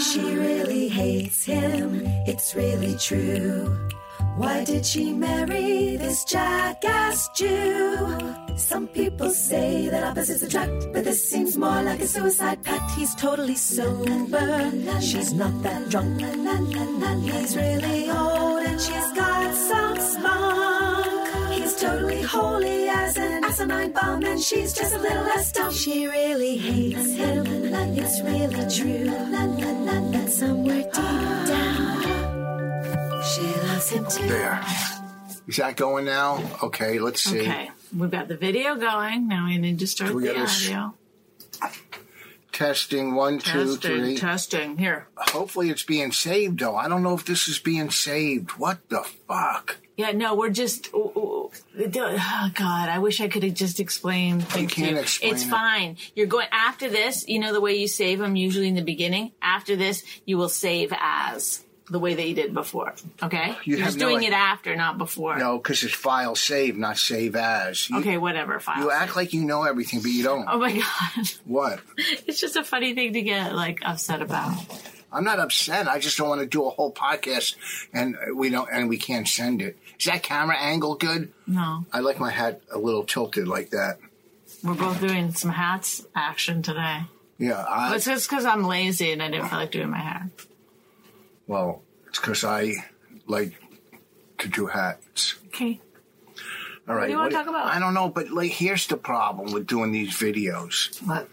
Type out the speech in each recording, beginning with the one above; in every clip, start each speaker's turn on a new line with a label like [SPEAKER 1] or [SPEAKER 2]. [SPEAKER 1] She really hates him, it's really true. Why did she marry this jackass Jew? Some people say that opposites attract, but this seems more like a suicide pact. He's totally sober, she's not that drunk. He's really old and she's got some spunk. He's totally holy as an asinine bomb, and she's just a little less dumb. She really hates him, it's really true. But somewhere deep down, she loves him too.
[SPEAKER 2] There. Is that going now? Okay, let's see.
[SPEAKER 3] Okay, we've got the video going. Now we need to start
[SPEAKER 2] We
[SPEAKER 3] the
[SPEAKER 2] gotta sh-
[SPEAKER 3] audio.
[SPEAKER 2] Testing one, two,
[SPEAKER 3] Testing,
[SPEAKER 2] three.
[SPEAKER 3] testing. Here.
[SPEAKER 2] Hopefully it's being saved though. I don't know if this is being saved. What the fuck?
[SPEAKER 3] Yeah, no, we're just. ooh, ooh, ooh. Oh, God, I wish I could have just explained. things to
[SPEAKER 2] can't
[SPEAKER 3] you.
[SPEAKER 2] explain
[SPEAKER 3] It's
[SPEAKER 2] it.
[SPEAKER 3] fine. You're going after this. You know the way you save them usually in the beginning. After this, you will save as the way that you did before. Okay,
[SPEAKER 2] You
[SPEAKER 3] are
[SPEAKER 2] have
[SPEAKER 3] just
[SPEAKER 2] no
[SPEAKER 3] doing
[SPEAKER 2] idea.
[SPEAKER 3] it after, not before.
[SPEAKER 2] No, because it's file save, not save as. You,
[SPEAKER 3] Okay, whatever. Fine.
[SPEAKER 2] You act like you know everything, but you don't.
[SPEAKER 3] Oh my God,
[SPEAKER 2] What?
[SPEAKER 3] it's just a funny thing to get like upset about.
[SPEAKER 2] I'm not upset. I just don't want to do a whole podcast and we don't and we can't send it. Is that camera angle good?
[SPEAKER 3] No,
[SPEAKER 2] I like my hat a little tilted like that.
[SPEAKER 3] we're both doing some hats action today.
[SPEAKER 2] Yeah,
[SPEAKER 3] But
[SPEAKER 2] I
[SPEAKER 3] Oh, It's just because I'm lazy and I didn't feel like doing my hair.
[SPEAKER 2] well, it's because I like to do hats.
[SPEAKER 3] Okay.
[SPEAKER 2] All right.
[SPEAKER 3] do you wanna talk about?
[SPEAKER 2] I don't know, but like here's the problem with doing these videos.
[SPEAKER 3] What?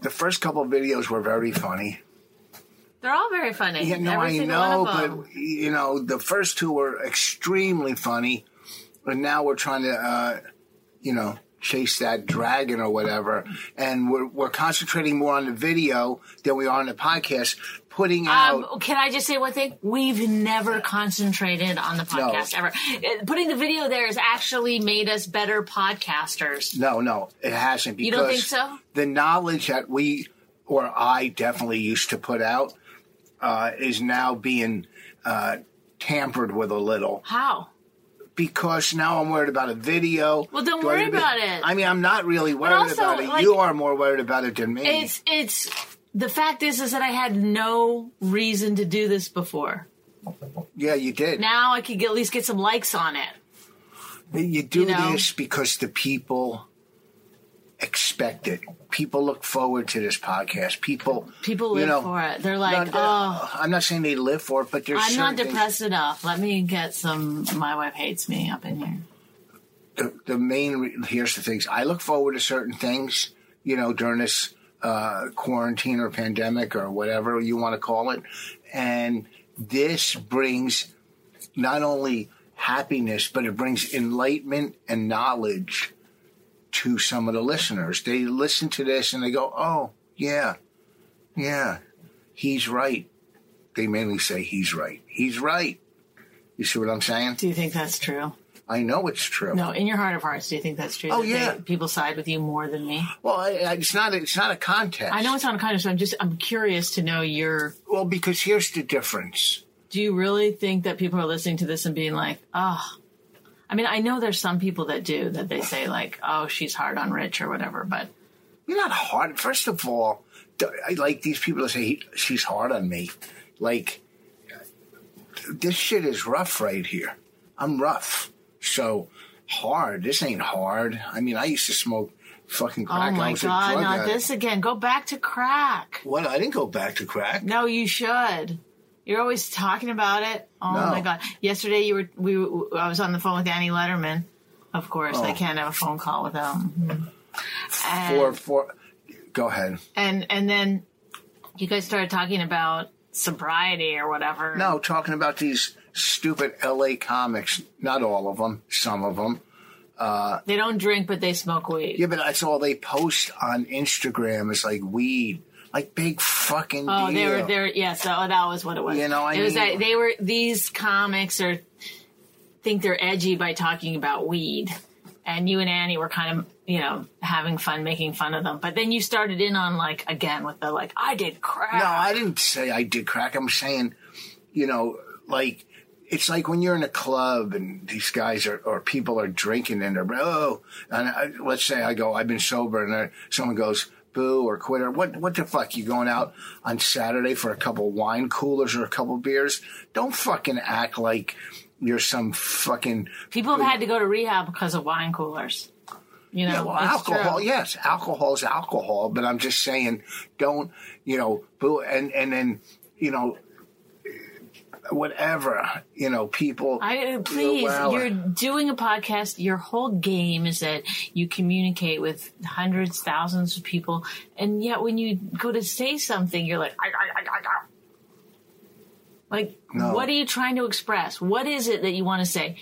[SPEAKER 2] The first couple of videos were very funny.
[SPEAKER 3] They're all very funny.
[SPEAKER 2] Yeah, no,
[SPEAKER 3] Every
[SPEAKER 2] I
[SPEAKER 3] single
[SPEAKER 2] know,
[SPEAKER 3] one of them.
[SPEAKER 2] but you know, the first two were extremely funny, and now we're trying to, uh, you know, chase that dragon or whatever, and we're we're concentrating more on the video than we are on the podcast, putting out.
[SPEAKER 3] Um, can I just say one thing? We've never concentrated on the podcast ever. Uh, Putting the video there has actually made us better podcasters.
[SPEAKER 2] no, no, it hasn't. Because
[SPEAKER 3] You don't think so?
[SPEAKER 2] The knowledge that we or I definitely used to put out uh, is now being uh, tampered with a little.
[SPEAKER 3] How?
[SPEAKER 2] because now I'm worried about a video.
[SPEAKER 3] Well, don't
[SPEAKER 2] Do I
[SPEAKER 3] worry
[SPEAKER 2] need to-
[SPEAKER 3] about it.
[SPEAKER 2] I mean, I'm not really worried
[SPEAKER 3] also,
[SPEAKER 2] about it.
[SPEAKER 3] like-
[SPEAKER 2] you are more worried about it than me.
[SPEAKER 3] It's it's the fact is is that I had no reason to do this before.
[SPEAKER 2] yeah, you did.
[SPEAKER 3] Now I could get, at least get some likes on it.
[SPEAKER 2] you do
[SPEAKER 3] you know.
[SPEAKER 2] this because the people expect it. People look forward to this podcast. People,
[SPEAKER 3] People
[SPEAKER 2] you
[SPEAKER 3] live
[SPEAKER 2] know,
[SPEAKER 3] for it. They're
[SPEAKER 2] not-
[SPEAKER 3] like, oh,
[SPEAKER 2] I'm not saying they live for it, but there's
[SPEAKER 3] I'm not
[SPEAKER 2] certain things-
[SPEAKER 3] depressed enough. Let me get some. My wife hates me up in here.
[SPEAKER 2] the, the main re- here's the things I look forward to certain things, you know, during this uh, quarantine or pandemic or whatever you want to call it, and this brings not only happiness but it brings enlightenment and knowledge to some of the listeners. They listen to this and they go, "Oh, yeah, yeah, he's right." They mainly say he's right. He's right. You see what I'm saying?
[SPEAKER 3] Do you think that's true?
[SPEAKER 2] I know it's true.
[SPEAKER 3] No, in your heart of hearts, do you think that's true?
[SPEAKER 2] Oh,
[SPEAKER 3] that
[SPEAKER 2] yeah.
[SPEAKER 3] they- people side with you more than me.
[SPEAKER 2] Well, I, I, it's not. A, it's not a contest.
[SPEAKER 3] I know it's not unconscious. But I'm just. I'm curious to know your.
[SPEAKER 2] Well, because here's the difference.
[SPEAKER 3] Do you really think that people are listening to this and being like, oh? I mean, I know there's some people that do that. They say like, oh, she's hard on Rich or whatever. But
[SPEAKER 2] You're not hard. First of all, th- I like these people that say "He- she's hard on me. Like this shit is rough right here. I'm rough. So hard. This ain't hard. I mean, I used to smoke fucking
[SPEAKER 3] oh
[SPEAKER 2] crack. I
[SPEAKER 3] my
[SPEAKER 2] was a
[SPEAKER 3] god,
[SPEAKER 2] drug
[SPEAKER 3] not
[SPEAKER 2] addict.
[SPEAKER 3] this again. Go back to crack.
[SPEAKER 2] What? I didn't go back to crack.
[SPEAKER 3] No, you should. You're always talking about it. Oh
[SPEAKER 2] No.
[SPEAKER 3] my god! Yesterday you were we. were- I was on the phone with Annie Letterman. Of course,
[SPEAKER 2] Oh.
[SPEAKER 3] I can't have a phone call Hmm. without. him. And-
[SPEAKER 2] For for. Go ahead.
[SPEAKER 3] and and then you guys started talking about sobriety or whatever.
[SPEAKER 2] No, talking about these stupid L.A. comics. Not all of them. Some of them.
[SPEAKER 3] they don't drink, but they smoke weed.
[SPEAKER 2] Yeah, but that's all they post on Instagram is like weed, like big fucking
[SPEAKER 3] Oh,
[SPEAKER 2] deal.
[SPEAKER 3] they were there. Yeah, so that was what it was.
[SPEAKER 2] You know, I
[SPEAKER 3] it was
[SPEAKER 2] mean-
[SPEAKER 3] that they were these comics are think they're edgy by talking about weed, and you and Annie were kind of you know having fun making fun of them. But then you started in on like again with the like I did crap.
[SPEAKER 2] no, I didn't say I did crack. I'm saying, you know, like it's like when you're in a club and these guys are or people are drinking and they're oh, and I, let's say I go, I've been sober, and I, someone goes boo or quit or what what the fuck you going out on Saturday for a couple wine coolers or a couple beers? Don't fucking act like you're some fucking
[SPEAKER 3] People have had to go to rehab because of wine coolers. You know,
[SPEAKER 2] yeah, well,
[SPEAKER 3] it's true.
[SPEAKER 2] alcohol, yes, alcohol is alcohol, but I'm just saying, don't you know, boo, and and then you know, whatever, you know, people.
[SPEAKER 3] I uh, please,
[SPEAKER 2] well,
[SPEAKER 3] you're doing a podcast. Your whole game is that you communicate with hundreds, thousands of people, and yet when you go to say something, you're like, "Ah, ah, ah, ah, ah." like,
[SPEAKER 2] No.
[SPEAKER 3] what are you trying to express? What is it that you want to say?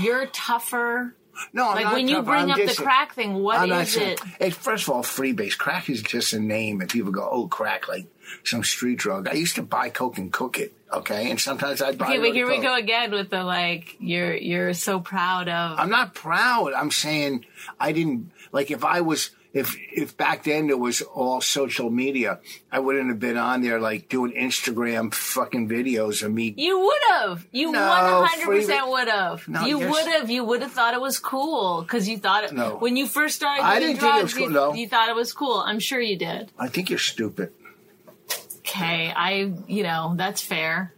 [SPEAKER 3] You're tougher.
[SPEAKER 2] no, I'm
[SPEAKER 3] Like
[SPEAKER 2] not
[SPEAKER 3] when you
[SPEAKER 2] tough,
[SPEAKER 3] bring
[SPEAKER 2] I'm
[SPEAKER 3] up
[SPEAKER 2] just-
[SPEAKER 3] the crack thing, what
[SPEAKER 2] I'm
[SPEAKER 3] is
[SPEAKER 2] not saying-
[SPEAKER 3] it?
[SPEAKER 2] Hey, first of all, freebase crack is just a name, and people go, "Oh, crack!" Like some street drug. I used to buy coke and cook it, okay, and sometimes I'd buy.
[SPEAKER 3] Okay,
[SPEAKER 2] really
[SPEAKER 3] but here we
[SPEAKER 2] coke.
[SPEAKER 3] go again with the like you're you're so proud of
[SPEAKER 2] I'm not proud. I'm saying I didn't like if I was if if back then there was all social media, I wouldn't have been on there like doing Instagram fucking videos of me.
[SPEAKER 3] You would have. You
[SPEAKER 2] No,
[SPEAKER 3] one hundred
[SPEAKER 2] Freeman-
[SPEAKER 3] percent would have.
[SPEAKER 2] No,
[SPEAKER 3] you
[SPEAKER 2] you're s-
[SPEAKER 3] would have. You would have thought it was cool because you thought it.
[SPEAKER 2] No.
[SPEAKER 3] When you first started doing
[SPEAKER 2] I didn't think it
[SPEAKER 3] drugs,
[SPEAKER 2] was cool,
[SPEAKER 3] you,
[SPEAKER 2] no.
[SPEAKER 3] you thought it was cool. I'm sure you did.
[SPEAKER 2] I think you're stupid.
[SPEAKER 3] Okay, I. You know that's fair.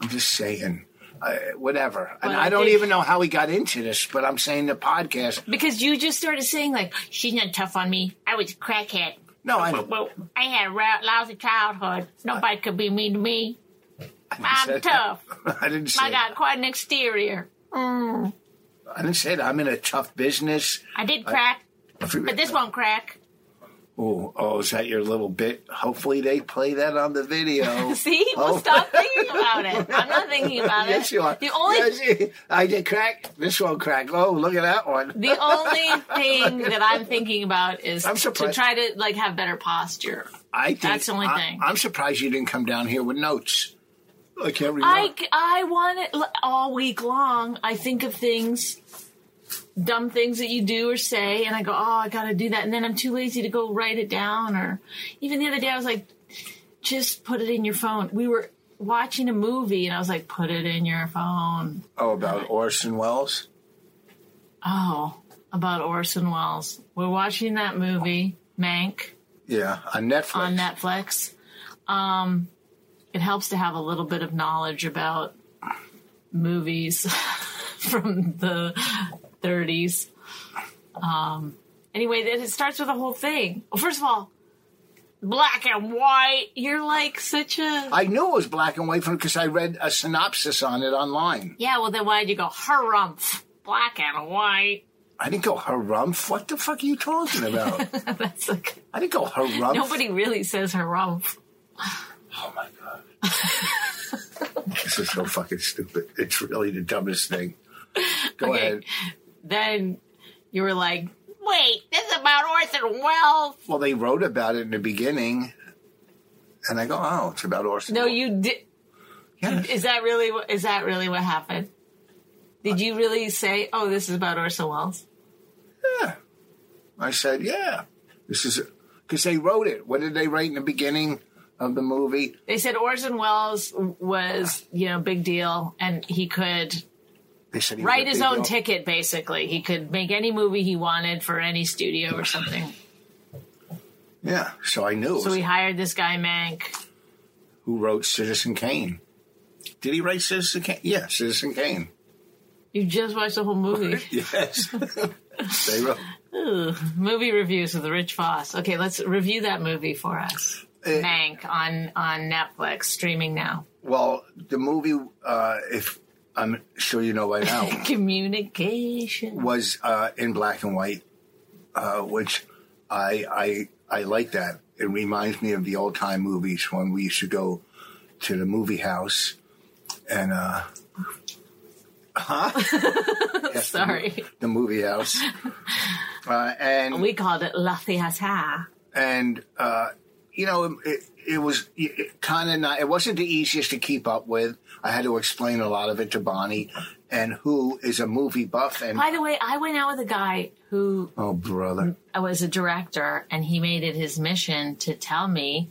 [SPEAKER 2] I'm just saying. I, whatever, and
[SPEAKER 3] Well,
[SPEAKER 2] I,
[SPEAKER 3] I
[SPEAKER 2] don't
[SPEAKER 3] think-
[SPEAKER 2] even know how we got into this, but I'm saying the podcast.
[SPEAKER 3] Because you just started saying like she's not tough on me. I was a crackhead.
[SPEAKER 2] No, I,
[SPEAKER 3] Well, I had a rou- lousy childhood. Nobody could be mean to me. I'm
[SPEAKER 2] said that.
[SPEAKER 3] tough.
[SPEAKER 2] I didn't say.
[SPEAKER 3] I got quite an exterior.
[SPEAKER 2] I didn't say that. I'm in a tough business.
[SPEAKER 3] I did crack, but this won't crack.
[SPEAKER 2] Oh, oh, is that your little bit? Hopefully, they play that on the video.
[SPEAKER 3] See, well,
[SPEAKER 2] Oh.
[SPEAKER 3] stop thinking about it. I'm not thinking about
[SPEAKER 2] yes,
[SPEAKER 3] it.
[SPEAKER 2] you are.
[SPEAKER 3] The only
[SPEAKER 2] Yes, I did crack. This one crack. Oh, look at that one.
[SPEAKER 3] the only thing that I'm thinking about is
[SPEAKER 2] I'm
[SPEAKER 3] to
[SPEAKER 2] surprised.
[SPEAKER 3] try to like have better posture.
[SPEAKER 2] I think,
[SPEAKER 3] That's the only
[SPEAKER 2] I,
[SPEAKER 3] thing.
[SPEAKER 2] I'm surprised you didn't come down here with notes. I can't remember.
[SPEAKER 3] I I want it l- all week long. I think of things, dumb things that you do or say, and I go, oh, I got to do that, and then I'm too lazy to go write it down. Or even the other day, I was like, just put it in your phone. We were watching a movie, and I was like, put it in your phone.
[SPEAKER 2] oh, about Orson Welles.
[SPEAKER 3] Oh, about Orson Welles. We're watching that movie, Mank,
[SPEAKER 2] Yeah, on Netflix.
[SPEAKER 3] on Netflix. Um, it helps to have a little bit of knowledge about movies from the 30s. Um, anyway, then it starts with a whole thing. Well, first of all, black and white. You're like such a.
[SPEAKER 2] I knew it was black and white from because I read a synopsis on it online.
[SPEAKER 3] Yeah, well, then why'd you go, harumph? Black and white.
[SPEAKER 2] I didn't go harumph. What the fuck are you talking about?
[SPEAKER 3] That's like.
[SPEAKER 2] I didn't go harumph.
[SPEAKER 3] Nobody really says harumph.
[SPEAKER 2] Oh my god. this is so fucking stupid. It's really the dumbest thing. Go
[SPEAKER 3] Okay.
[SPEAKER 2] ahead.
[SPEAKER 3] then you were like, wait, this is about Orson Welles.
[SPEAKER 2] Well, they wrote about it in the beginning, and I go, "Oh, it's about Orson."
[SPEAKER 3] No,
[SPEAKER 2] Welles."
[SPEAKER 3] you did.
[SPEAKER 2] Yes.
[SPEAKER 3] Is that really? what- Is that really what happened? Did you really say, "Oh, this is about Orson Welles"?
[SPEAKER 2] Yeah. I said, "Yeah, this is," because they wrote it. What did they write in the beginning of the movie?
[SPEAKER 3] They said Orson Welles was, you know, big deal, and he could
[SPEAKER 2] They said he
[SPEAKER 3] write
[SPEAKER 2] ripped
[SPEAKER 3] his
[SPEAKER 2] it
[SPEAKER 3] own
[SPEAKER 2] off.
[SPEAKER 3] ticket. Basically, he could make any movie he wanted for any studio or something.
[SPEAKER 2] Yeah. So I knew it
[SPEAKER 3] So
[SPEAKER 2] was-
[SPEAKER 3] he hired this guy Mank.
[SPEAKER 2] who wrote Citizen Kane. Did he write Citizen Kane? Yeah, Citizen Kane.
[SPEAKER 3] You just watched the whole movie.
[SPEAKER 2] Yes. they wrote.
[SPEAKER 3] movie reviews with Rich Foss. Okay, let's review that movie for us.
[SPEAKER 2] Eh.
[SPEAKER 3] Mank on on Netflix, streaming now.
[SPEAKER 2] Well, the movie, uh, if I'm sure you know by now,
[SPEAKER 3] Communication.
[SPEAKER 2] was uh, in black and white, uh, which I I I like that. It reminds me of the old time movies when we used to go to the movie house and uh,
[SPEAKER 3] Sorry,
[SPEAKER 2] the movie house, uh, and
[SPEAKER 3] we called it La Fiesta.
[SPEAKER 2] and uh, you know it, it was kind of not it wasn't the easiest to keep up with i had to explain a lot of it to bonnie and who is a movie buff and
[SPEAKER 3] By the way, I went out with a guy who
[SPEAKER 2] oh brother
[SPEAKER 3] was a director, and he made it his mission to tell me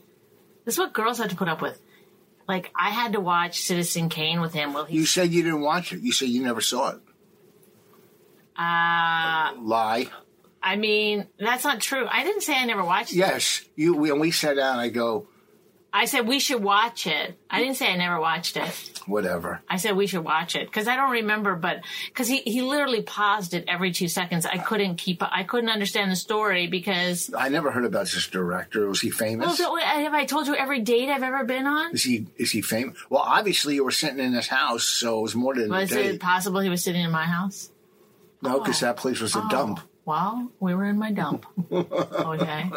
[SPEAKER 3] this is what girls have to put up with. Like I had to watch Citizen Kane with him. Well,
[SPEAKER 2] You
[SPEAKER 3] he's
[SPEAKER 2] said you didn't watch it. You said you never saw it.
[SPEAKER 3] uh,
[SPEAKER 2] Lie.
[SPEAKER 3] I mean, that's not true. I didn't say I never watched it.
[SPEAKER 2] Yes. You when we sat down, I go
[SPEAKER 3] I said we should watch it. I didn't say I never watched it.
[SPEAKER 2] whatever.
[SPEAKER 3] I said we should watch it because I don't remember, but because he, he literally paused it every two seconds. I couldn't keep. I couldn't understand the story because.
[SPEAKER 2] I never heard about this director. Was he famous?
[SPEAKER 3] Well, so, have I told you every date I've ever been on?
[SPEAKER 2] is he is he famous? Well, obviously you were sitting in his house, so it was more than
[SPEAKER 3] Was
[SPEAKER 2] a day.
[SPEAKER 3] it possible he was sitting in my house?
[SPEAKER 2] no, because that place was a
[SPEAKER 3] Oh.
[SPEAKER 2] dump.
[SPEAKER 3] Well, we were in my dump. okay.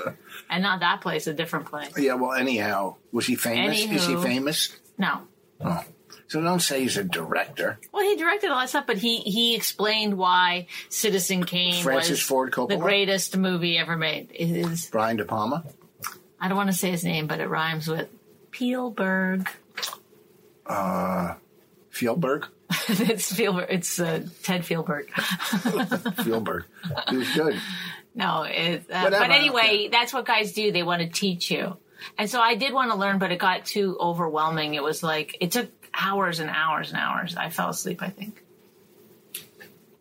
[SPEAKER 3] And not that place, a different place.
[SPEAKER 2] Yeah. Well, anyhow, was he famous? Is he
[SPEAKER 3] Anywho.
[SPEAKER 2] famous?
[SPEAKER 3] No.
[SPEAKER 2] Oh. So don't say he's a director.
[SPEAKER 3] Well, he directed a lot of stuff, but he, he explained why Citizen Kane
[SPEAKER 2] Francis
[SPEAKER 3] was
[SPEAKER 2] Ford Coppola?
[SPEAKER 3] the greatest movie ever made. It is
[SPEAKER 2] Brian De Palma.
[SPEAKER 3] I don't want to say his name, but it rhymes with Spielberg.
[SPEAKER 2] Fieldberg.
[SPEAKER 3] it's Spielberg. It's uh, Ted Spielberg.
[SPEAKER 2] Fieldberg. he was good.
[SPEAKER 3] No, it, uh,
[SPEAKER 2] Whatever, I
[SPEAKER 3] but
[SPEAKER 2] don't
[SPEAKER 3] anyway,
[SPEAKER 2] care.
[SPEAKER 3] that's what guys do. They want to teach you. And so I did want to learn, but it got too overwhelming. It was like, it took hours and hours and hours. I fell asleep, I think.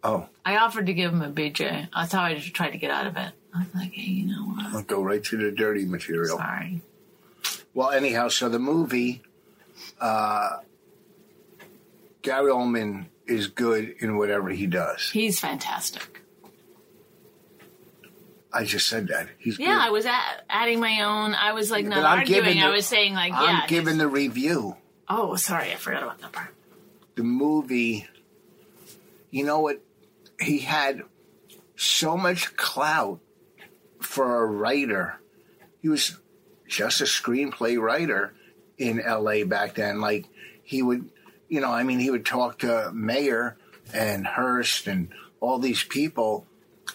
[SPEAKER 2] Oh,
[SPEAKER 3] I offered to give him a BJ. That's how I just tried to get out of it. I was like, hey, you know what?
[SPEAKER 2] I'll go right to the dirty material.
[SPEAKER 3] Sorry.
[SPEAKER 2] Well, anyhow, so the movie, uh, Gary Oldman is good in whatever he does.
[SPEAKER 3] He's fantastic.
[SPEAKER 2] I just said that. He's
[SPEAKER 3] Yeah, I
[SPEAKER 2] good.
[SPEAKER 3] was at, adding my own. I was like, not
[SPEAKER 2] But I'm giving
[SPEAKER 3] arguing. I
[SPEAKER 2] the-
[SPEAKER 3] was saying, like,
[SPEAKER 2] I'm
[SPEAKER 3] yeah.
[SPEAKER 2] giving the review.
[SPEAKER 3] oh, sorry. I forgot about that part.
[SPEAKER 2] The movie, you know what? He had so much clout for a writer. He was just a screenplay writer in LA back then. Like, he would, you know, I mean, he would talk to Mayer and Hearst and all these people.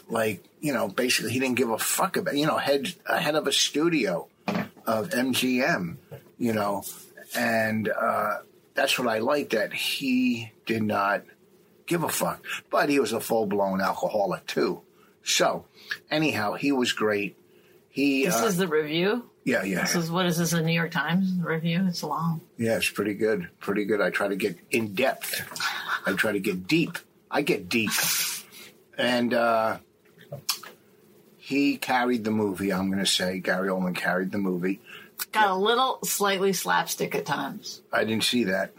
[SPEAKER 2] Like, you know, basically, he didn't give a fuck about, you know, head ahead of a studio of MGM, you know, and uh, that's what I like that he did not give a fuck. But he was a full blown alcoholic too. So, anyhow, he was great. He,
[SPEAKER 3] This
[SPEAKER 2] uh,
[SPEAKER 3] is the review.
[SPEAKER 2] yeah, yeah.
[SPEAKER 3] This is what is this? A New York Times review? It's long.
[SPEAKER 2] Yeah, it's pretty good. Pretty good. I try to get in depth. I try to get deep. I get deep. And uh, he carried the movie, I'm going to say. Gary Oldman carried the movie.
[SPEAKER 3] Got a little slightly slapstick at times.
[SPEAKER 2] I didn't see that.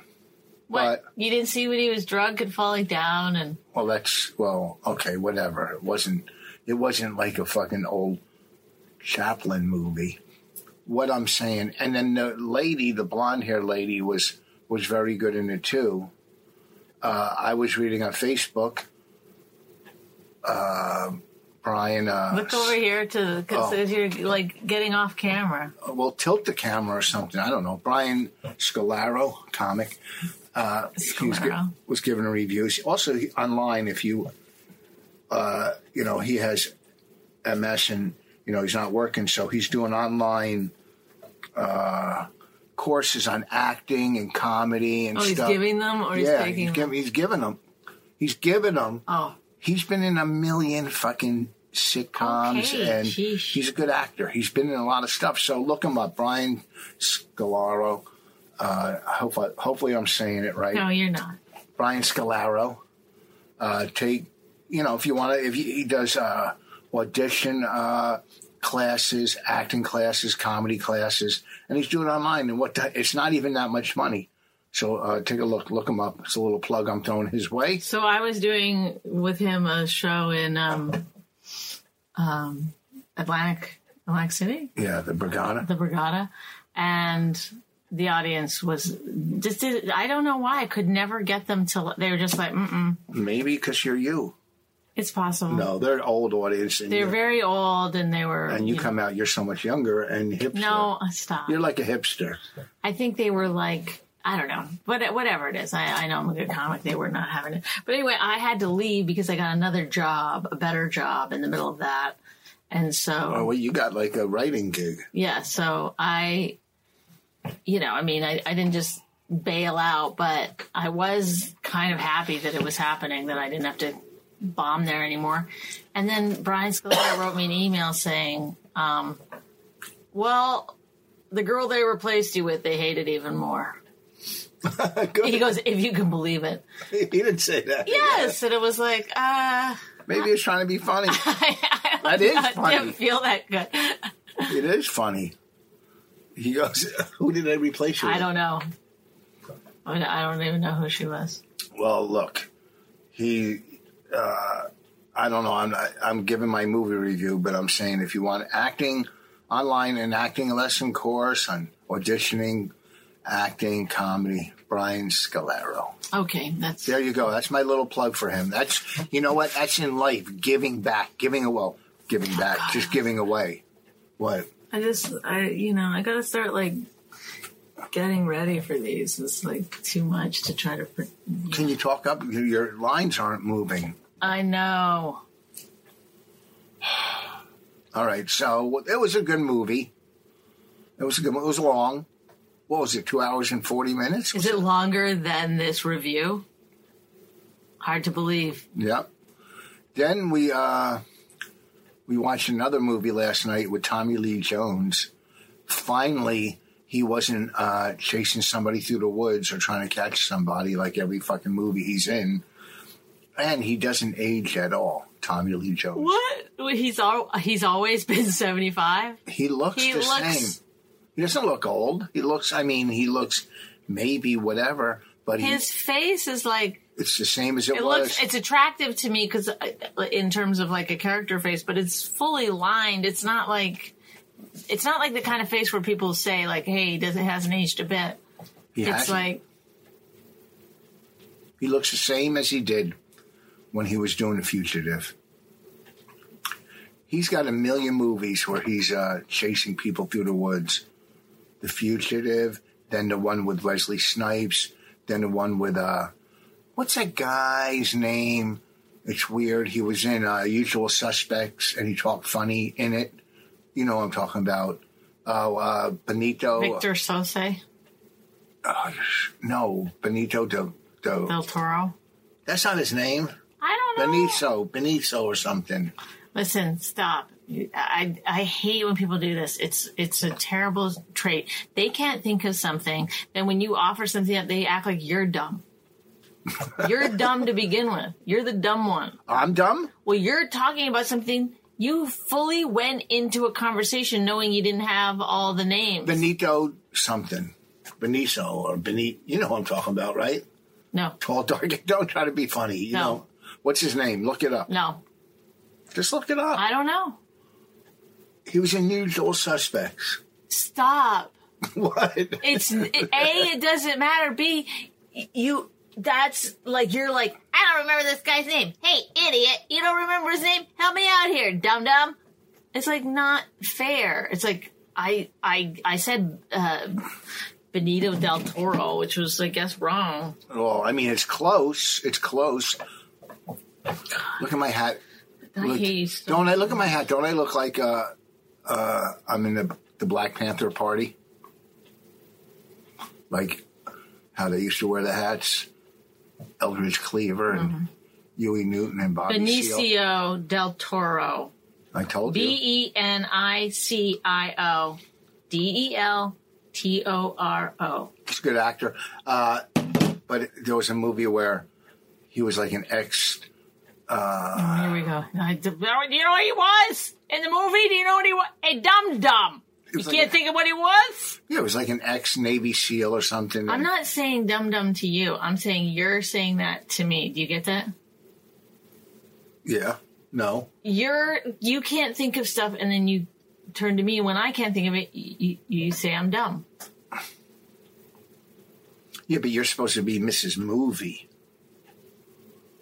[SPEAKER 2] But-
[SPEAKER 3] What? you didn't see when he was drunk and falling down and
[SPEAKER 2] Well, that's, well, okay, whatever. It wasn't, it wasn't like a fucking old Chaplin movie. What I'm saying. And then the lady, the blonde haired lady, was, was very good in it too. Uh, I was reading on Facebook. Uh, Brian, uh,
[SPEAKER 3] look over here to because
[SPEAKER 2] Oh.
[SPEAKER 3] you're like getting off camera.
[SPEAKER 2] well, tilt the camera or something. I don't know. Brian Scalaro, comic, he was, gi-
[SPEAKER 3] Scalero.
[SPEAKER 2] was giving reviews. Also he- online, if you, uh, you know, he has MS and you know he's not working, so he's doing online uh, courses on acting and comedy and
[SPEAKER 3] Oh, he's
[SPEAKER 2] stuff.
[SPEAKER 3] giving them or he's
[SPEAKER 2] yeah,
[SPEAKER 3] taking
[SPEAKER 2] he's,
[SPEAKER 3] them.
[SPEAKER 2] giv- he's giving them. He's giving them.
[SPEAKER 3] Oh,
[SPEAKER 2] He's been in a million fucking sitcoms,
[SPEAKER 3] Okay,
[SPEAKER 2] and
[SPEAKER 3] sheesh.
[SPEAKER 2] he's a good actor. He's been in a lot of stuff. So look him up, Brian Scalaro. Uh, hope I, hopefully, I'm saying it right.
[SPEAKER 3] no, you're not.
[SPEAKER 2] Brian Scalaro. Uh, take, you know, if you want to, if he, he does uh, audition uh, classes, acting classes, comedy classes, and he's doing it online. And what the, it's not even that much money. So uh, take a look, look him up. It's a little plug I'm throwing his way.
[SPEAKER 3] So I was doing with him a show in um, um, Atlantic, Atlantic City,
[SPEAKER 2] Yeah, the Brigada.
[SPEAKER 3] the Brigada, and the audience was just. Did, I don't know why I could never get them to. They were just like, mm-mm,
[SPEAKER 2] Maybe because you're you.
[SPEAKER 3] it's possible.
[SPEAKER 2] No, they're an old audience, and,
[SPEAKER 3] They're
[SPEAKER 2] you-
[SPEAKER 3] very old, and they were.
[SPEAKER 2] and you
[SPEAKER 3] know-
[SPEAKER 2] come out, you're so much younger and hipster.
[SPEAKER 3] No, stop.
[SPEAKER 2] You're like a hipster.
[SPEAKER 3] I think they were like, I don't know, but whatever it is, I, I know I'm a good comic. They were not having it, but anyway, I had to leave because I got another job, a better job in the middle of that, and
[SPEAKER 2] Oh,
[SPEAKER 3] so
[SPEAKER 2] well, you got like a writing gig.
[SPEAKER 3] yeah, so I, you know, I mean, I, I didn't just bail out, but I was kind of happy that it was happening that I didn't have to bomb there anymore. And then Brian Scalera wrote me an email saying, um, "Well, the girl they replaced you with, they hated even more." He goes, if you can believe it.
[SPEAKER 2] he didn't say that.
[SPEAKER 3] Yes. And it was like, uh,
[SPEAKER 2] Maybe it's trying to be funny.
[SPEAKER 3] I,
[SPEAKER 2] That is
[SPEAKER 3] I
[SPEAKER 2] funny.
[SPEAKER 3] didn't feel that good.
[SPEAKER 2] It is funny. He goes, Who did I replace you with?
[SPEAKER 3] I don't know. I mean, I don't even know who she was.
[SPEAKER 2] Well, look, he. Uh, I don't know. I'm not, I'm giving my movie review, but I'm saying if you want acting online and acting lesson course on auditioning, acting, comedy, Brian Scalero.
[SPEAKER 3] Okay. That's,
[SPEAKER 2] There you go. That's my little plug for him. That's you know what? That's in life, giving back, giving away, well, giving back, just giving away. What?
[SPEAKER 3] I just, I, you know, I got to start like getting ready for these. It's like too much to try to. Pre-
[SPEAKER 2] Can you talk up? Your- Your lines aren't moving.
[SPEAKER 3] I know.
[SPEAKER 2] All right, so it was a good movie. It was a good. It was long. What was it? Two hours and forty minutes.
[SPEAKER 3] Is it longer than this review? Hard to believe.
[SPEAKER 2] Yep. Then we uh, we watched another movie last night with Tommy Lee Jones. Finally, he wasn't uh, chasing somebody through the woods or trying to catch somebody like every fucking movie he's in. And he doesn't age at all, Tommy Lee Jones.
[SPEAKER 3] What? He's al- he's always been 75?
[SPEAKER 2] He looks
[SPEAKER 3] He
[SPEAKER 2] the
[SPEAKER 3] looks-
[SPEAKER 2] same. He doesn't look old. He looks. I mean, he looks maybe whatever, but he,
[SPEAKER 3] His face is like
[SPEAKER 2] it's the same as it,
[SPEAKER 3] it
[SPEAKER 2] was.
[SPEAKER 3] looks it's attractive to me cuz in terms of like a character face, but it's fully lined. It's not like it's not like the kind of face where people say like, "Hey, he doesn't hasn't aged a bit."
[SPEAKER 2] he,
[SPEAKER 3] It's
[SPEAKER 2] hasn't-
[SPEAKER 3] like
[SPEAKER 2] he looks the same as he did when he was doing the fugitive. He's got a million movies where he's uh, chasing people through the woods. The fugitive, then the one with Wesley Snipes, then the one with uh, what's that guy's name? It's weird. He was in uh, Usual Suspects and he talked funny in it. You know what I'm talking about? Oh, uh, Benito.
[SPEAKER 3] Victor Sose
[SPEAKER 2] Oh, no, Benito del, del,
[SPEAKER 3] Del Toro.
[SPEAKER 2] That's not his name.
[SPEAKER 3] I don't know.
[SPEAKER 2] Benicio, Benicio or something.
[SPEAKER 3] Listen, stop. I I hate when people do this. It's it's a terrible trait. They can't think of something. Then when you offer something up, they act like you're dumb. You're dumb to begin with. You're the dumb one.
[SPEAKER 2] I'm dumb?
[SPEAKER 3] Well, you're talking about something you fully went into a conversation knowing you didn't have all the names.
[SPEAKER 2] Benito something. Benicio or Benito. You know who I'm talking about, right?
[SPEAKER 3] no,
[SPEAKER 2] Tall, dark. Don't try to be funny. You
[SPEAKER 3] No.
[SPEAKER 2] know. What's his name? Look it up.
[SPEAKER 3] no,
[SPEAKER 2] Just look it up.
[SPEAKER 3] I don't know.
[SPEAKER 2] he was in Usual Suspects.
[SPEAKER 3] Stop.
[SPEAKER 2] what?
[SPEAKER 3] It's it, a. It doesn't matter. B. You. That's like you're like I don't remember this guy's name. Hey, idiot! You don't remember his name? Help me out here, dum dum. It's like not fair. It's like I I I said uh, Benito del Toro, which was I guess wrong.
[SPEAKER 2] well, Oh, I mean, it's close. It's close. Look at my hat.
[SPEAKER 3] I
[SPEAKER 2] Look,
[SPEAKER 3] hate you so-
[SPEAKER 2] don't I look at my hat? Don't I look like uh, uh, I'm in the the Black Panther party? Like how they used to wear the hats, Eldridge Cleaver and Huey Newton and Bobby Seale.
[SPEAKER 3] Mm-hmm. Benicio del Toro.
[SPEAKER 2] I told you.
[SPEAKER 3] B E N I C I O D E L T O R O.
[SPEAKER 2] He's a good actor. Uh, but there was a movie where he was like an ex.
[SPEAKER 3] Here we go. I- Do you know what he was in the movie? Do you know what he was? A dum dum. You
[SPEAKER 2] was like
[SPEAKER 3] can't
[SPEAKER 2] a-
[SPEAKER 3] think of what he was.
[SPEAKER 2] Yeah, it was like an ex Navy SEAL or something.
[SPEAKER 3] I'm not saying dum dum to you. I'm saying you're saying that to me. Do you get that?
[SPEAKER 2] Yeah. No.
[SPEAKER 3] You're you can't think of stuff, and then you turn to me when I can't think of it. You, you say I'm dumb.
[SPEAKER 2] Yeah, but you're supposed to be Mrs. Movie.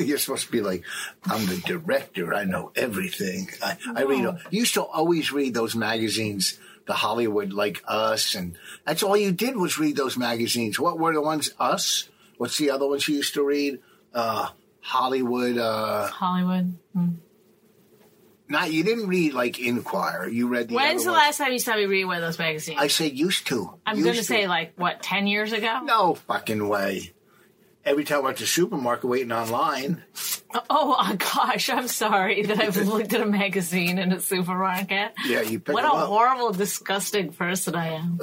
[SPEAKER 2] you're supposed to be like, I'm the director. I know everything. I, I read. all- You used to always read those magazines, the Hollywood, like Us, and that's all you did was read those magazines. What were the ones? Us. What's the other ones you used to read? Uh, Hollywood. Uh,
[SPEAKER 3] Hollywood.
[SPEAKER 2] not you didn't read like Inquirer. You read the.
[SPEAKER 3] When's
[SPEAKER 2] other
[SPEAKER 3] the
[SPEAKER 2] ones.
[SPEAKER 3] last time you saw me read one of those magazines?
[SPEAKER 2] I said used to.
[SPEAKER 3] I'm
[SPEAKER 2] Used
[SPEAKER 3] going to
[SPEAKER 2] to.
[SPEAKER 3] say like what ten years ago.
[SPEAKER 2] no fucking way. Every time I went to supermarket waiting online.
[SPEAKER 3] Oh uh, gosh, I'm sorry that I've looked at a magazine in a supermarket.
[SPEAKER 2] Yeah, you pick
[SPEAKER 3] What a
[SPEAKER 2] them up. Oh,
[SPEAKER 3] horrible, disgusting person I am.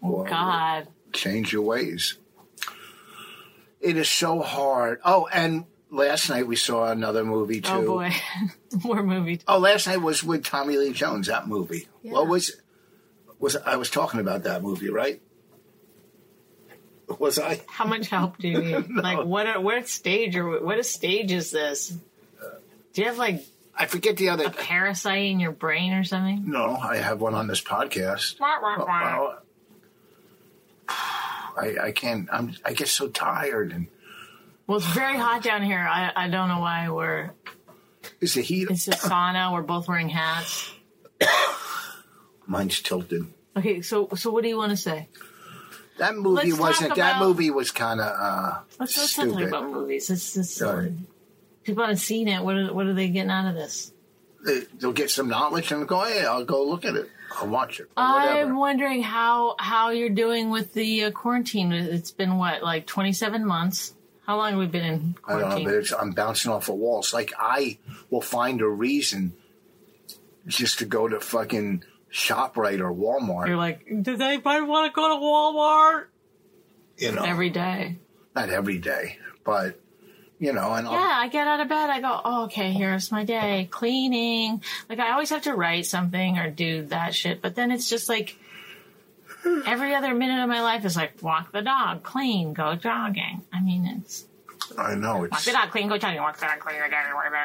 [SPEAKER 2] Well,
[SPEAKER 3] God.
[SPEAKER 2] change your ways. It is so hard. Oh, and last night we saw another movie too.
[SPEAKER 3] Oh boy, more movie.
[SPEAKER 2] Oh, last night was with Tommy Lee Jones. That movie. What was was I was talking about that movie, right? Was I?
[SPEAKER 3] How much help do you need? Like what? Are, what stage or what a stage is this? Do you have like
[SPEAKER 2] I forget the other.
[SPEAKER 3] parasite in your brain or something?
[SPEAKER 2] No, I have one on this podcast.
[SPEAKER 3] Wah, wah, wah.
[SPEAKER 2] Well, I, I can't. I'm. I get so tired, and
[SPEAKER 3] Well, it's very hot down here. I, I don't know why we're.
[SPEAKER 2] is the heat.
[SPEAKER 3] It's a sauna. We're both wearing hats.
[SPEAKER 2] Mine's tilted.
[SPEAKER 3] Okay, so so what do you want to say?
[SPEAKER 2] That movie
[SPEAKER 3] Let's talk
[SPEAKER 2] wasn't. that
[SPEAKER 3] about-
[SPEAKER 2] movie was kind of uh,
[SPEAKER 3] Let's, let's not talk
[SPEAKER 2] stupid.
[SPEAKER 3] about movies. It's just,
[SPEAKER 2] Sorry.
[SPEAKER 3] people haven't seen it. What are, what are they getting out of this?
[SPEAKER 2] They- They'll get some knowledge and go. Hey, I'll go look at it. I'll watch it. Or whatever.
[SPEAKER 3] I'm wondering how how you're doing with the uh, quarantine. It's been what like 27 months. How long have we been in
[SPEAKER 2] I don't know,
[SPEAKER 3] quarantine?
[SPEAKER 2] but it's, I'm bouncing off of walls. Like I will find a reason just to go to fucking Shoprite or Walmart.
[SPEAKER 3] You're like, does anybody want to go to Walmart
[SPEAKER 2] you know,
[SPEAKER 3] every day?
[SPEAKER 2] not every day, but you know, and
[SPEAKER 3] Yeah, I get out of bed. I go, oh, okay, here's my day. Cleaning. Like, I always have to write something or do that shit. But then it's just like every other minute of my life is like walk the dog, clean, go jogging. I mean, it's
[SPEAKER 2] I'll, I know
[SPEAKER 3] walk
[SPEAKER 2] it's
[SPEAKER 3] the dog, clean, go jogging, walk the dog, clean, go jogging. walk the dog,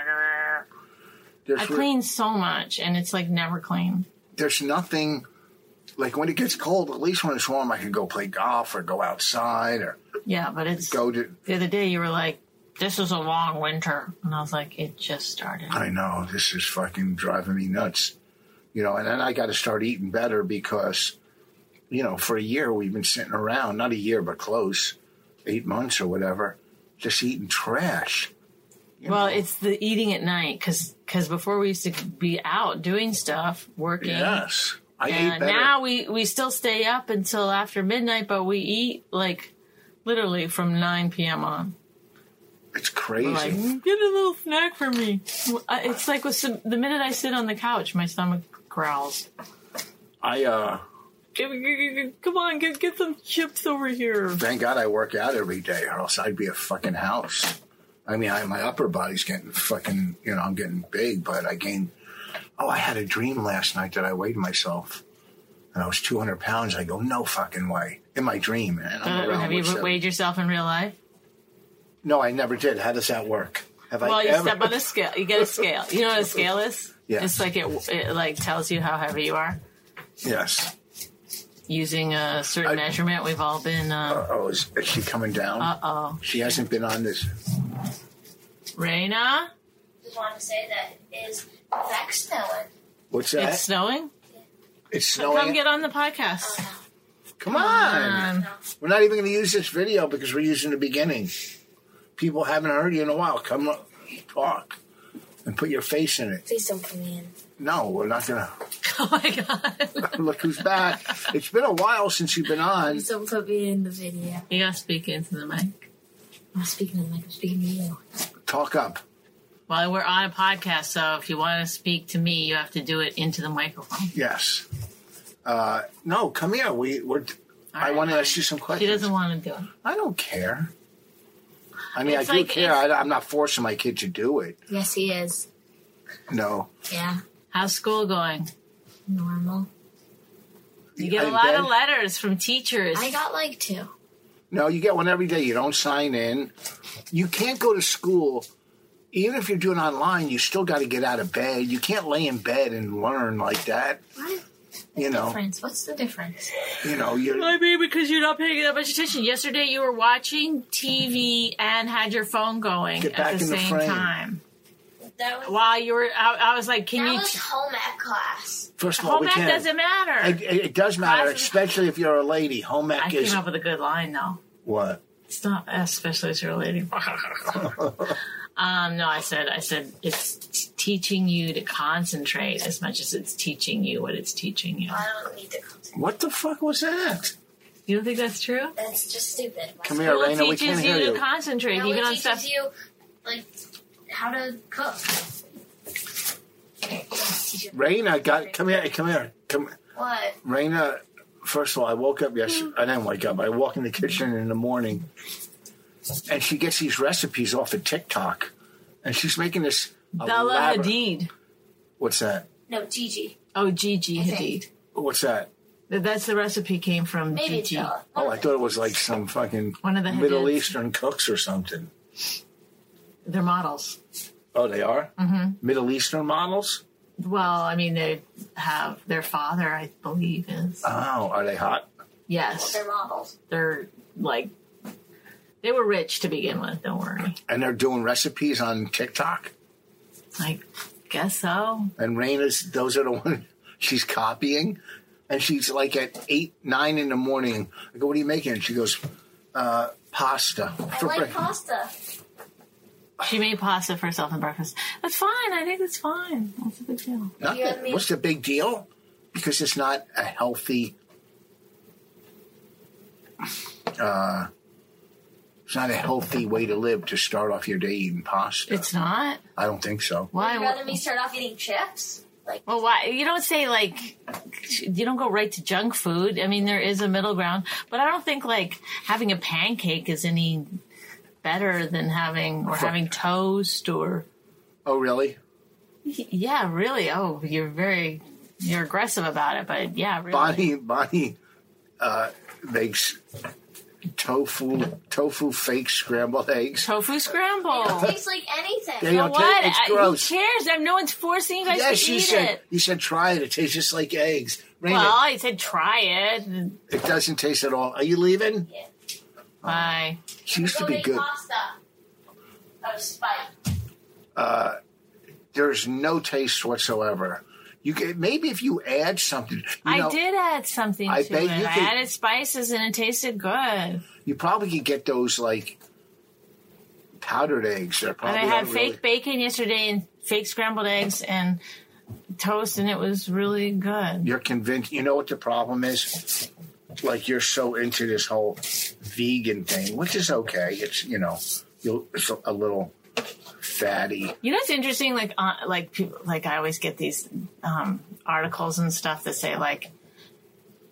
[SPEAKER 3] clean.
[SPEAKER 2] there's,
[SPEAKER 3] I
[SPEAKER 2] re-
[SPEAKER 3] clean so much and it's like never clean.
[SPEAKER 2] there's nothing like when it gets cold. At least when it's warm, I can go play golf or go outside or
[SPEAKER 3] Yeah, but it's
[SPEAKER 2] go to.
[SPEAKER 3] the other day you were like, this is a long winter. And I was like, it just started.
[SPEAKER 2] I know this is fucking driving me nuts, you know. And then I got to start eating better because, you know, for a year we've been sitting around—not a year, but close, eight months or whatever—just eating trash.
[SPEAKER 3] Well, it's the eating at night because before we used to be out doing stuff, working.
[SPEAKER 2] Yes, I ate
[SPEAKER 3] And
[SPEAKER 2] better.
[SPEAKER 3] now we we still stay up until after midnight, but we eat like literally from nine p.m. on.
[SPEAKER 2] it's crazy.
[SPEAKER 3] Like, get a little snack for me. I- It's like with some, the minute I sit on the couch, my stomach growls.
[SPEAKER 2] I uh,
[SPEAKER 3] Come on, get get some chips over here.
[SPEAKER 2] thank God I work out every day, or else I'd be a fucking house. I mean, I, my upper body's getting fucking, you know, I'm getting big, but I gained. Oh, I had a dream last night that I weighed myself, and I was 200 pounds. I go, no fucking way, in my dream. And I'm
[SPEAKER 3] Uh,
[SPEAKER 2] around
[SPEAKER 3] have you ever
[SPEAKER 2] 170.
[SPEAKER 3] weighed yourself in real life?
[SPEAKER 2] No, I never did. How does that work? Have
[SPEAKER 3] Well,
[SPEAKER 2] I
[SPEAKER 3] you
[SPEAKER 2] ever?
[SPEAKER 3] step on a scale. You get a scale. You know what a scale is?
[SPEAKER 2] Yeah.
[SPEAKER 3] It's like it, it like tells you how heavy you are
[SPEAKER 2] yes.
[SPEAKER 3] using a certain
[SPEAKER 2] I-
[SPEAKER 3] measurement. We've all been. Uh
[SPEAKER 2] Oh, is, is she coming down?
[SPEAKER 3] oh,
[SPEAKER 2] she hasn't been on this.
[SPEAKER 3] Raina,
[SPEAKER 4] just want to say that is in fact snowing.
[SPEAKER 2] What's that?
[SPEAKER 3] it's snowing.
[SPEAKER 2] It's snowing.
[SPEAKER 3] Come get on the podcast.
[SPEAKER 2] Come on.
[SPEAKER 3] Um,
[SPEAKER 2] We're not even going to use this video because we're using the beginning. People haven't heard you in a while. Come look, talk, and put your face in it.
[SPEAKER 4] Please don't come in.
[SPEAKER 2] No, we're not going
[SPEAKER 3] oh my god,
[SPEAKER 2] to. Look who's back. It's been a while since you've been on.
[SPEAKER 4] Please don't put me in the video.
[SPEAKER 3] you gotta speak into the mic.
[SPEAKER 4] I'm not speaking to the mic, I'm speaking to you.
[SPEAKER 2] Talk up.
[SPEAKER 3] Well, we're on a podcast, so if you want to speak to me, you have to do it into the microphone.
[SPEAKER 2] Yes. Uh, no, come here. We, we're, I
[SPEAKER 3] right,
[SPEAKER 2] want to
[SPEAKER 3] fine.
[SPEAKER 2] ask you some
[SPEAKER 3] She
[SPEAKER 2] questions.
[SPEAKER 3] doesn't want to do it.
[SPEAKER 2] I don't care. I mean,
[SPEAKER 3] It's
[SPEAKER 2] I do
[SPEAKER 3] like-
[SPEAKER 2] care. I, I'm not forcing my kid to do it.
[SPEAKER 4] Yes, he is.
[SPEAKER 2] No.
[SPEAKER 4] Yeah,
[SPEAKER 3] How's school going?
[SPEAKER 4] normal.
[SPEAKER 3] You get a
[SPEAKER 2] And
[SPEAKER 3] lot
[SPEAKER 2] then-
[SPEAKER 3] of letters from teachers.
[SPEAKER 4] I got like two.
[SPEAKER 2] No, you get one every day. You don't sign in. You can't go to school. Even if you're doing online, you still got to get out of bed. You can't lay in bed and learn like that.
[SPEAKER 4] What?
[SPEAKER 2] You know,
[SPEAKER 4] Difference? What's the difference?
[SPEAKER 2] you know, you're
[SPEAKER 3] I mean, because you're not paying that much attention. Yesterday, you were watching TV and had your phone going
[SPEAKER 2] Get
[SPEAKER 3] at
[SPEAKER 2] back
[SPEAKER 3] the
[SPEAKER 2] in the
[SPEAKER 3] same
[SPEAKER 2] frame.
[SPEAKER 3] time.
[SPEAKER 4] That was,
[SPEAKER 3] While you were, I, I was like, "Can
[SPEAKER 4] that
[SPEAKER 3] you?"
[SPEAKER 4] was home ec class.
[SPEAKER 2] first of all,
[SPEAKER 3] home
[SPEAKER 2] we
[SPEAKER 3] ec
[SPEAKER 2] can't.
[SPEAKER 3] doesn't matter.
[SPEAKER 2] it, it- it does matter,
[SPEAKER 3] Classes-
[SPEAKER 2] especially if you're a lady. Home
[SPEAKER 3] I
[SPEAKER 2] ec is
[SPEAKER 3] came up with a good line though.
[SPEAKER 2] what?
[SPEAKER 3] It's not especially as relating. um, no, I said, I said it's t- teaching you to concentrate as much as it's teaching you what it's teaching you.
[SPEAKER 4] I don't need to concentrate.
[SPEAKER 2] What the fuck was that?
[SPEAKER 3] You don't think that's true?
[SPEAKER 4] That's just stupid.
[SPEAKER 2] Come here,
[SPEAKER 3] Well, it
[SPEAKER 2] Raina. We can't
[SPEAKER 3] teaches you
[SPEAKER 2] hear
[SPEAKER 3] to
[SPEAKER 2] you.
[SPEAKER 3] concentrate,
[SPEAKER 4] No,
[SPEAKER 3] even
[SPEAKER 4] it
[SPEAKER 3] on
[SPEAKER 4] teaches
[SPEAKER 3] stuff.
[SPEAKER 4] you, like, how to cook.
[SPEAKER 2] Raina got. Come here. Come here. Come.
[SPEAKER 4] What?
[SPEAKER 2] Raina first of all, I woke up
[SPEAKER 3] Mm.
[SPEAKER 2] yesterday. I didn't wake up. I walk in the kitchen in the morning, and she gets these recipes off of TikTok, and she's making this.
[SPEAKER 3] Bella
[SPEAKER 2] elaborate-
[SPEAKER 3] Hadid.
[SPEAKER 2] What's that?
[SPEAKER 4] No, Gigi.
[SPEAKER 3] Oh, Gigi
[SPEAKER 4] think.
[SPEAKER 3] Hadid.
[SPEAKER 2] What's that?
[SPEAKER 3] Th- That's the recipe came from
[SPEAKER 4] Maybe it's
[SPEAKER 3] Gigi.
[SPEAKER 4] Bella.
[SPEAKER 2] Oh, I thought it was like some fucking
[SPEAKER 3] One of the
[SPEAKER 2] Middle
[SPEAKER 3] Hadids.
[SPEAKER 2] Eastern cooks or something.
[SPEAKER 3] They're models.
[SPEAKER 2] Oh, they are mm-hmm. Middle Eastern models.
[SPEAKER 3] Well, I mean, they have their father, I believe, is
[SPEAKER 2] Oh, are they hot?
[SPEAKER 3] yes.
[SPEAKER 4] They're models.
[SPEAKER 3] They're like they were rich to begin with. Don't worry.
[SPEAKER 2] And they're doing recipes on TikTok.
[SPEAKER 3] I guess so.
[SPEAKER 2] And Raina's; those are the ones she's copying. And she's like at eight, nine in the morning. I go, "What are you making?" And she goes, uh, "Pasta."
[SPEAKER 4] I
[SPEAKER 2] for
[SPEAKER 4] like
[SPEAKER 2] breakfast."
[SPEAKER 4] pasta.
[SPEAKER 3] She made pasta for herself and breakfast. That's fine. I think that's fine. That's a big deal.
[SPEAKER 2] Nothing.
[SPEAKER 4] You and me.
[SPEAKER 2] What's the big deal? Because it's not a healthy. Uh, it's not a healthy way to live to start off your day eating pasta.
[SPEAKER 3] It's not.
[SPEAKER 2] I don't think so.
[SPEAKER 3] Why?
[SPEAKER 4] Would you rather me start off eating chips? Like,
[SPEAKER 3] Well, why you don't say like you don't go right to junk food. I mean, there is a middle ground, but I don't think like having a pancake is any better than having or having toast or
[SPEAKER 2] Oh, really?
[SPEAKER 3] yeah, really. Oh, you're very you're aggressive about it, but yeah, really.
[SPEAKER 2] Bonnie Bonnie uh, makes tofu tofu fake scrambled eggs.
[SPEAKER 3] Tofu
[SPEAKER 4] it
[SPEAKER 3] scramble.
[SPEAKER 4] tastes like anything.
[SPEAKER 2] They
[SPEAKER 3] But
[SPEAKER 2] don't ta-
[SPEAKER 3] what?
[SPEAKER 2] It's
[SPEAKER 3] I-
[SPEAKER 2] gross.
[SPEAKER 3] Who cares? I, no one's forcing you guys
[SPEAKER 2] yes,
[SPEAKER 3] to
[SPEAKER 2] you
[SPEAKER 3] eat
[SPEAKER 2] said
[SPEAKER 3] it.
[SPEAKER 2] you said try it. It tastes just like eggs. Raina,
[SPEAKER 3] Well, I said try it.
[SPEAKER 2] it doesn't taste at all. Are you leaving?
[SPEAKER 4] Yeah.
[SPEAKER 3] Bye.
[SPEAKER 2] She used to
[SPEAKER 4] Go
[SPEAKER 2] be
[SPEAKER 4] make
[SPEAKER 2] good.
[SPEAKER 4] pasta. Out of spite.
[SPEAKER 2] There's no taste whatsoever. You can, maybe if you add something. You know,
[SPEAKER 3] I did add something
[SPEAKER 2] I
[SPEAKER 3] to
[SPEAKER 2] bet
[SPEAKER 3] it.
[SPEAKER 2] you
[SPEAKER 3] I
[SPEAKER 2] could-
[SPEAKER 3] added spices and it tasted good.
[SPEAKER 2] You probably could get those like powdered eggs. They're
[SPEAKER 3] And
[SPEAKER 2] probably
[SPEAKER 3] I had
[SPEAKER 2] not really-
[SPEAKER 3] fake bacon yesterday and fake scrambled eggs and toast, and it was really good.
[SPEAKER 2] you're convinced you know what the problem is like you're so into this whole vegan thing which is okay it's you know you'll it's a, a little fatty
[SPEAKER 3] You know, it's interesting. Like, uh, like, people, like I always get these um, articles and stuff that say like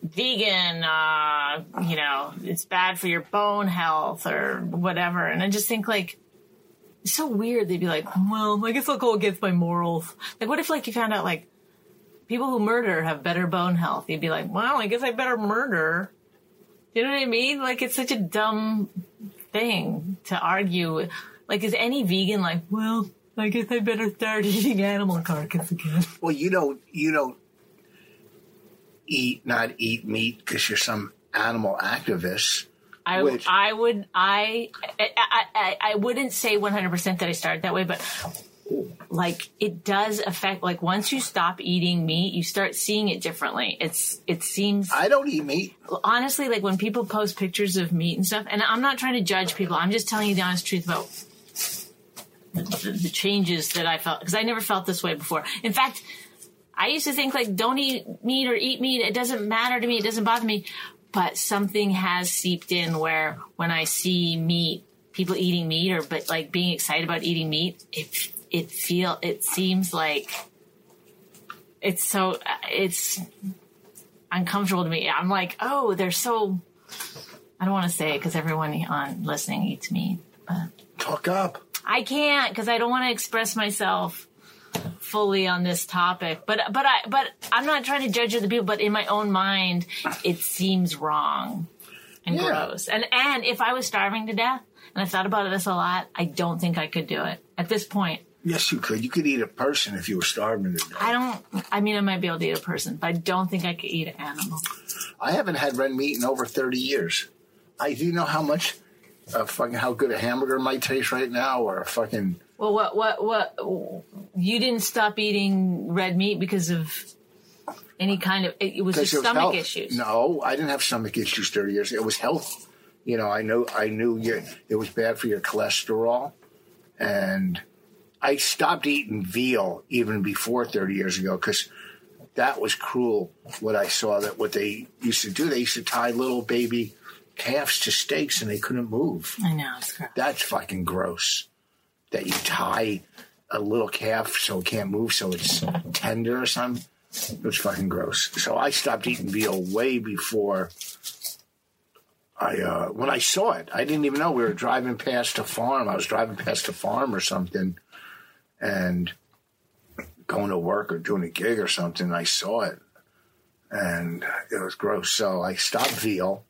[SPEAKER 3] vegan. Uh, you know, it's bad for your bone health or whatever. And I just think like. It's so weird. They'd be like, "Well, I guess I'll go against my morals." Like, what if like you found out like people who murder have better bone health? You'd be like, "Well, I guess I better murder." You know what I mean? Like, it's such a dumb thing to argue. Like, is any vegan like, "Well, I guess I better start eating animal carcass again"?
[SPEAKER 2] well you don't you don't eat not eat meat because you're some animal activist
[SPEAKER 3] I,
[SPEAKER 2] Which-
[SPEAKER 3] I would I I, I I I wouldn't say 100% that I started that way but like it does affect like once you stop eating meat you start seeing it differently it's it seems
[SPEAKER 2] i don't eat meat
[SPEAKER 3] honestly like when people post pictures of meat and stuff and I'm not trying to judge people I'm just telling you the honest truth about the, the changes that I felt because I never felt this way before in fact I used to think like don't eat meat or eat meat. It doesn't matter to me. It doesn't bother me. But something has seeped in where when I see meat, people eating meat or but like being excited about eating meat, it it feel it seems like it's so it's uncomfortable to me. I'm like, oh, they're so. I don't want to say it because everyone on listening eats meat.
[SPEAKER 2] talk up
[SPEAKER 3] I can't because I don't want to express myself fully on this topic. But but I but I'm not trying to judge other people. But in my own mind, it seems wrong and
[SPEAKER 2] Yeah.
[SPEAKER 3] gross. And and if I was starving to death, and I've thought about this a lot, I don't think I could do it at this point.
[SPEAKER 2] yes you could you could eat a person if you were starving to death
[SPEAKER 3] I don't. I mean, I might be able to eat a person, but I don't think I could eat an animal.
[SPEAKER 2] i haven't had red meat in over 30 years i do you know how much uh, fucking how good a hamburger might taste right now or a fucking
[SPEAKER 3] Well, what what what? You didn't stop eating red meat because of any kind of it, it was just
[SPEAKER 2] Because it was
[SPEAKER 3] stomach
[SPEAKER 2] health.
[SPEAKER 3] issues.
[SPEAKER 2] No, I didn't have stomach issues thirty years. It was health. You know, I know I knew you, it was bad for your cholesterol, and I stopped eating veal even before thirty years ago because that was cruel. What I saw that what they used to do, they used to tie little baby calves to stakes and they couldn't move.
[SPEAKER 3] I know it's gross.
[SPEAKER 2] That's fucking gross. That you tie a little calf so it can't move, so it's tender or something. It was fucking gross. So I stopped eating veal way before I uh, when I saw it. I didn't even know we were driving past a farm. I was driving past a farm or something, and going to work or doing a gig or something. and I saw it, and it was gross. So I stopped veal.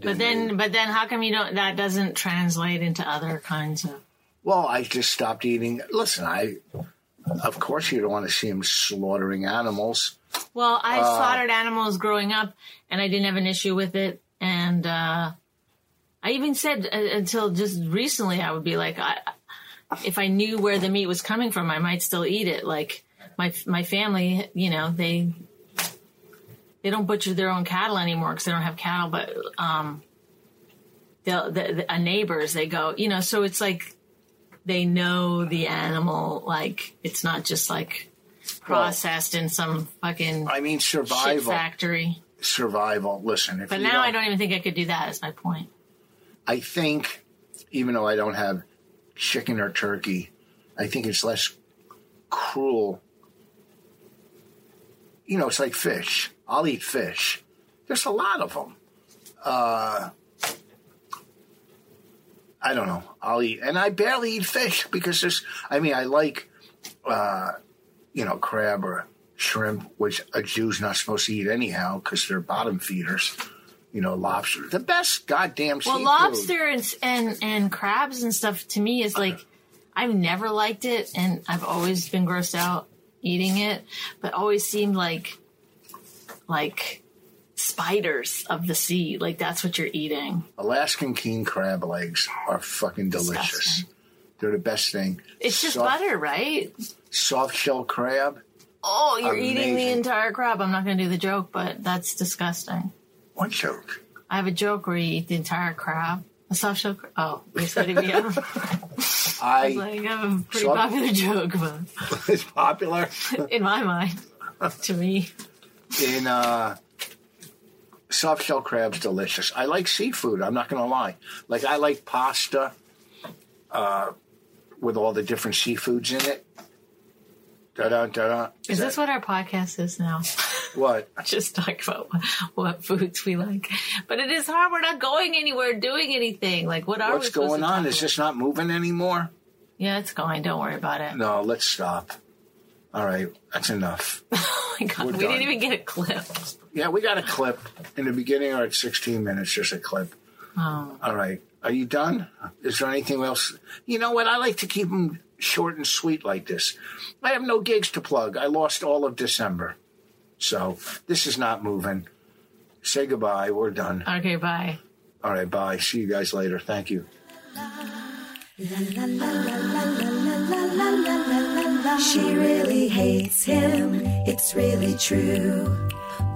[SPEAKER 3] But then, but then, how come you don't? That doesn't translate into other kinds of.
[SPEAKER 2] Well, I just stopped eating. Listen, I, of course, you don't want to see him slaughtering animals.
[SPEAKER 3] Well, I slaughtered animals growing up, and I didn't have an issue with it. And uh, I even said uh, until just recently, I would be like, I, if I knew where the meat was coming from, I might still eat it. Like my my family, you know, they they don't butcher their own cattle anymore because they don't have cattle, but um, they'll the, the, uh, neighbors they go, you know, so it's like they know the animal, like it's not just like processed in some fucking
[SPEAKER 2] I mean,
[SPEAKER 3] shit
[SPEAKER 2] survival,
[SPEAKER 3] factory.
[SPEAKER 2] survival. Listen, if
[SPEAKER 3] But
[SPEAKER 2] you
[SPEAKER 3] now
[SPEAKER 2] don't,
[SPEAKER 3] I don't even think I could do that. Is my point.
[SPEAKER 2] I think, even though I don't have chicken or turkey, I think it's less cruel. You know, it's like fish. I'll eat fish. There's a lot of them. Uh, I don't know. I'll eat, and I barely eat fish because there's. I mean, I like, uh, you know, crab or shrimp, which a Jew's not supposed to eat anyhow because they're bottom feeders. You know, lobster, the best goddamn
[SPEAKER 3] Well,
[SPEAKER 2] seafood.
[SPEAKER 3] lobster and, s- and and crabs and stuff to me is like I've never liked it, and I've always been grossed out eating it, but always seemed like like spiders of the sea. Like that's what you're eating.
[SPEAKER 2] Alaskan king crab legs are fucking delicious.
[SPEAKER 3] Disgusting.
[SPEAKER 2] They're the best thing.
[SPEAKER 3] It's just
[SPEAKER 2] soft,
[SPEAKER 3] butter, right?
[SPEAKER 2] Soft shell crab.
[SPEAKER 3] Oh, you're eating the
[SPEAKER 2] Amazing.
[SPEAKER 3] entire crab. I'm not going to do the joke, but that's disgusting.
[SPEAKER 2] One joke.
[SPEAKER 3] I have a joke where you eat the entire crab. A soft shell. cra- Oh, we said it. We have,
[SPEAKER 2] I
[SPEAKER 3] like, I have a pretty
[SPEAKER 2] Soft-
[SPEAKER 3] popular joke, but.
[SPEAKER 2] is popular
[SPEAKER 3] in my mind to me
[SPEAKER 2] in uh, soft shell crabs. Delicious. I like seafood. I'm not gonna lie. Like I like pasta uh, with all the different seafoods in it. Da da da da.
[SPEAKER 3] is this what our podcast is now
[SPEAKER 2] What?
[SPEAKER 3] just talk about what foods we like but it is hard we're not going anywhere doing anything like what are we
[SPEAKER 2] What's
[SPEAKER 3] supposed
[SPEAKER 2] going
[SPEAKER 3] to
[SPEAKER 2] on?
[SPEAKER 3] talk
[SPEAKER 2] Is
[SPEAKER 3] about?
[SPEAKER 2] this not moving anymore?
[SPEAKER 3] yeah it's going don't worry about it
[SPEAKER 2] No. Let's stop. All right. That's enough.
[SPEAKER 3] oh my god
[SPEAKER 2] we're
[SPEAKER 3] we
[SPEAKER 2] done.
[SPEAKER 3] didn't even get a clip
[SPEAKER 2] Yeah, we got a clip in the beginning, or at 16 minutes, just a clip.
[SPEAKER 3] oh
[SPEAKER 2] All right. Are you done? Is there anything else? You know what? I like to keep them short and sweet like this. I have no gigs to plug. I lost all of December. So this is not moving. Say goodbye. We're done.
[SPEAKER 3] okay bye
[SPEAKER 2] All right. Bye. See you guys later. Thank you.
[SPEAKER 1] She really hates him, it's really true.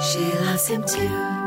[SPEAKER 1] she loves him too.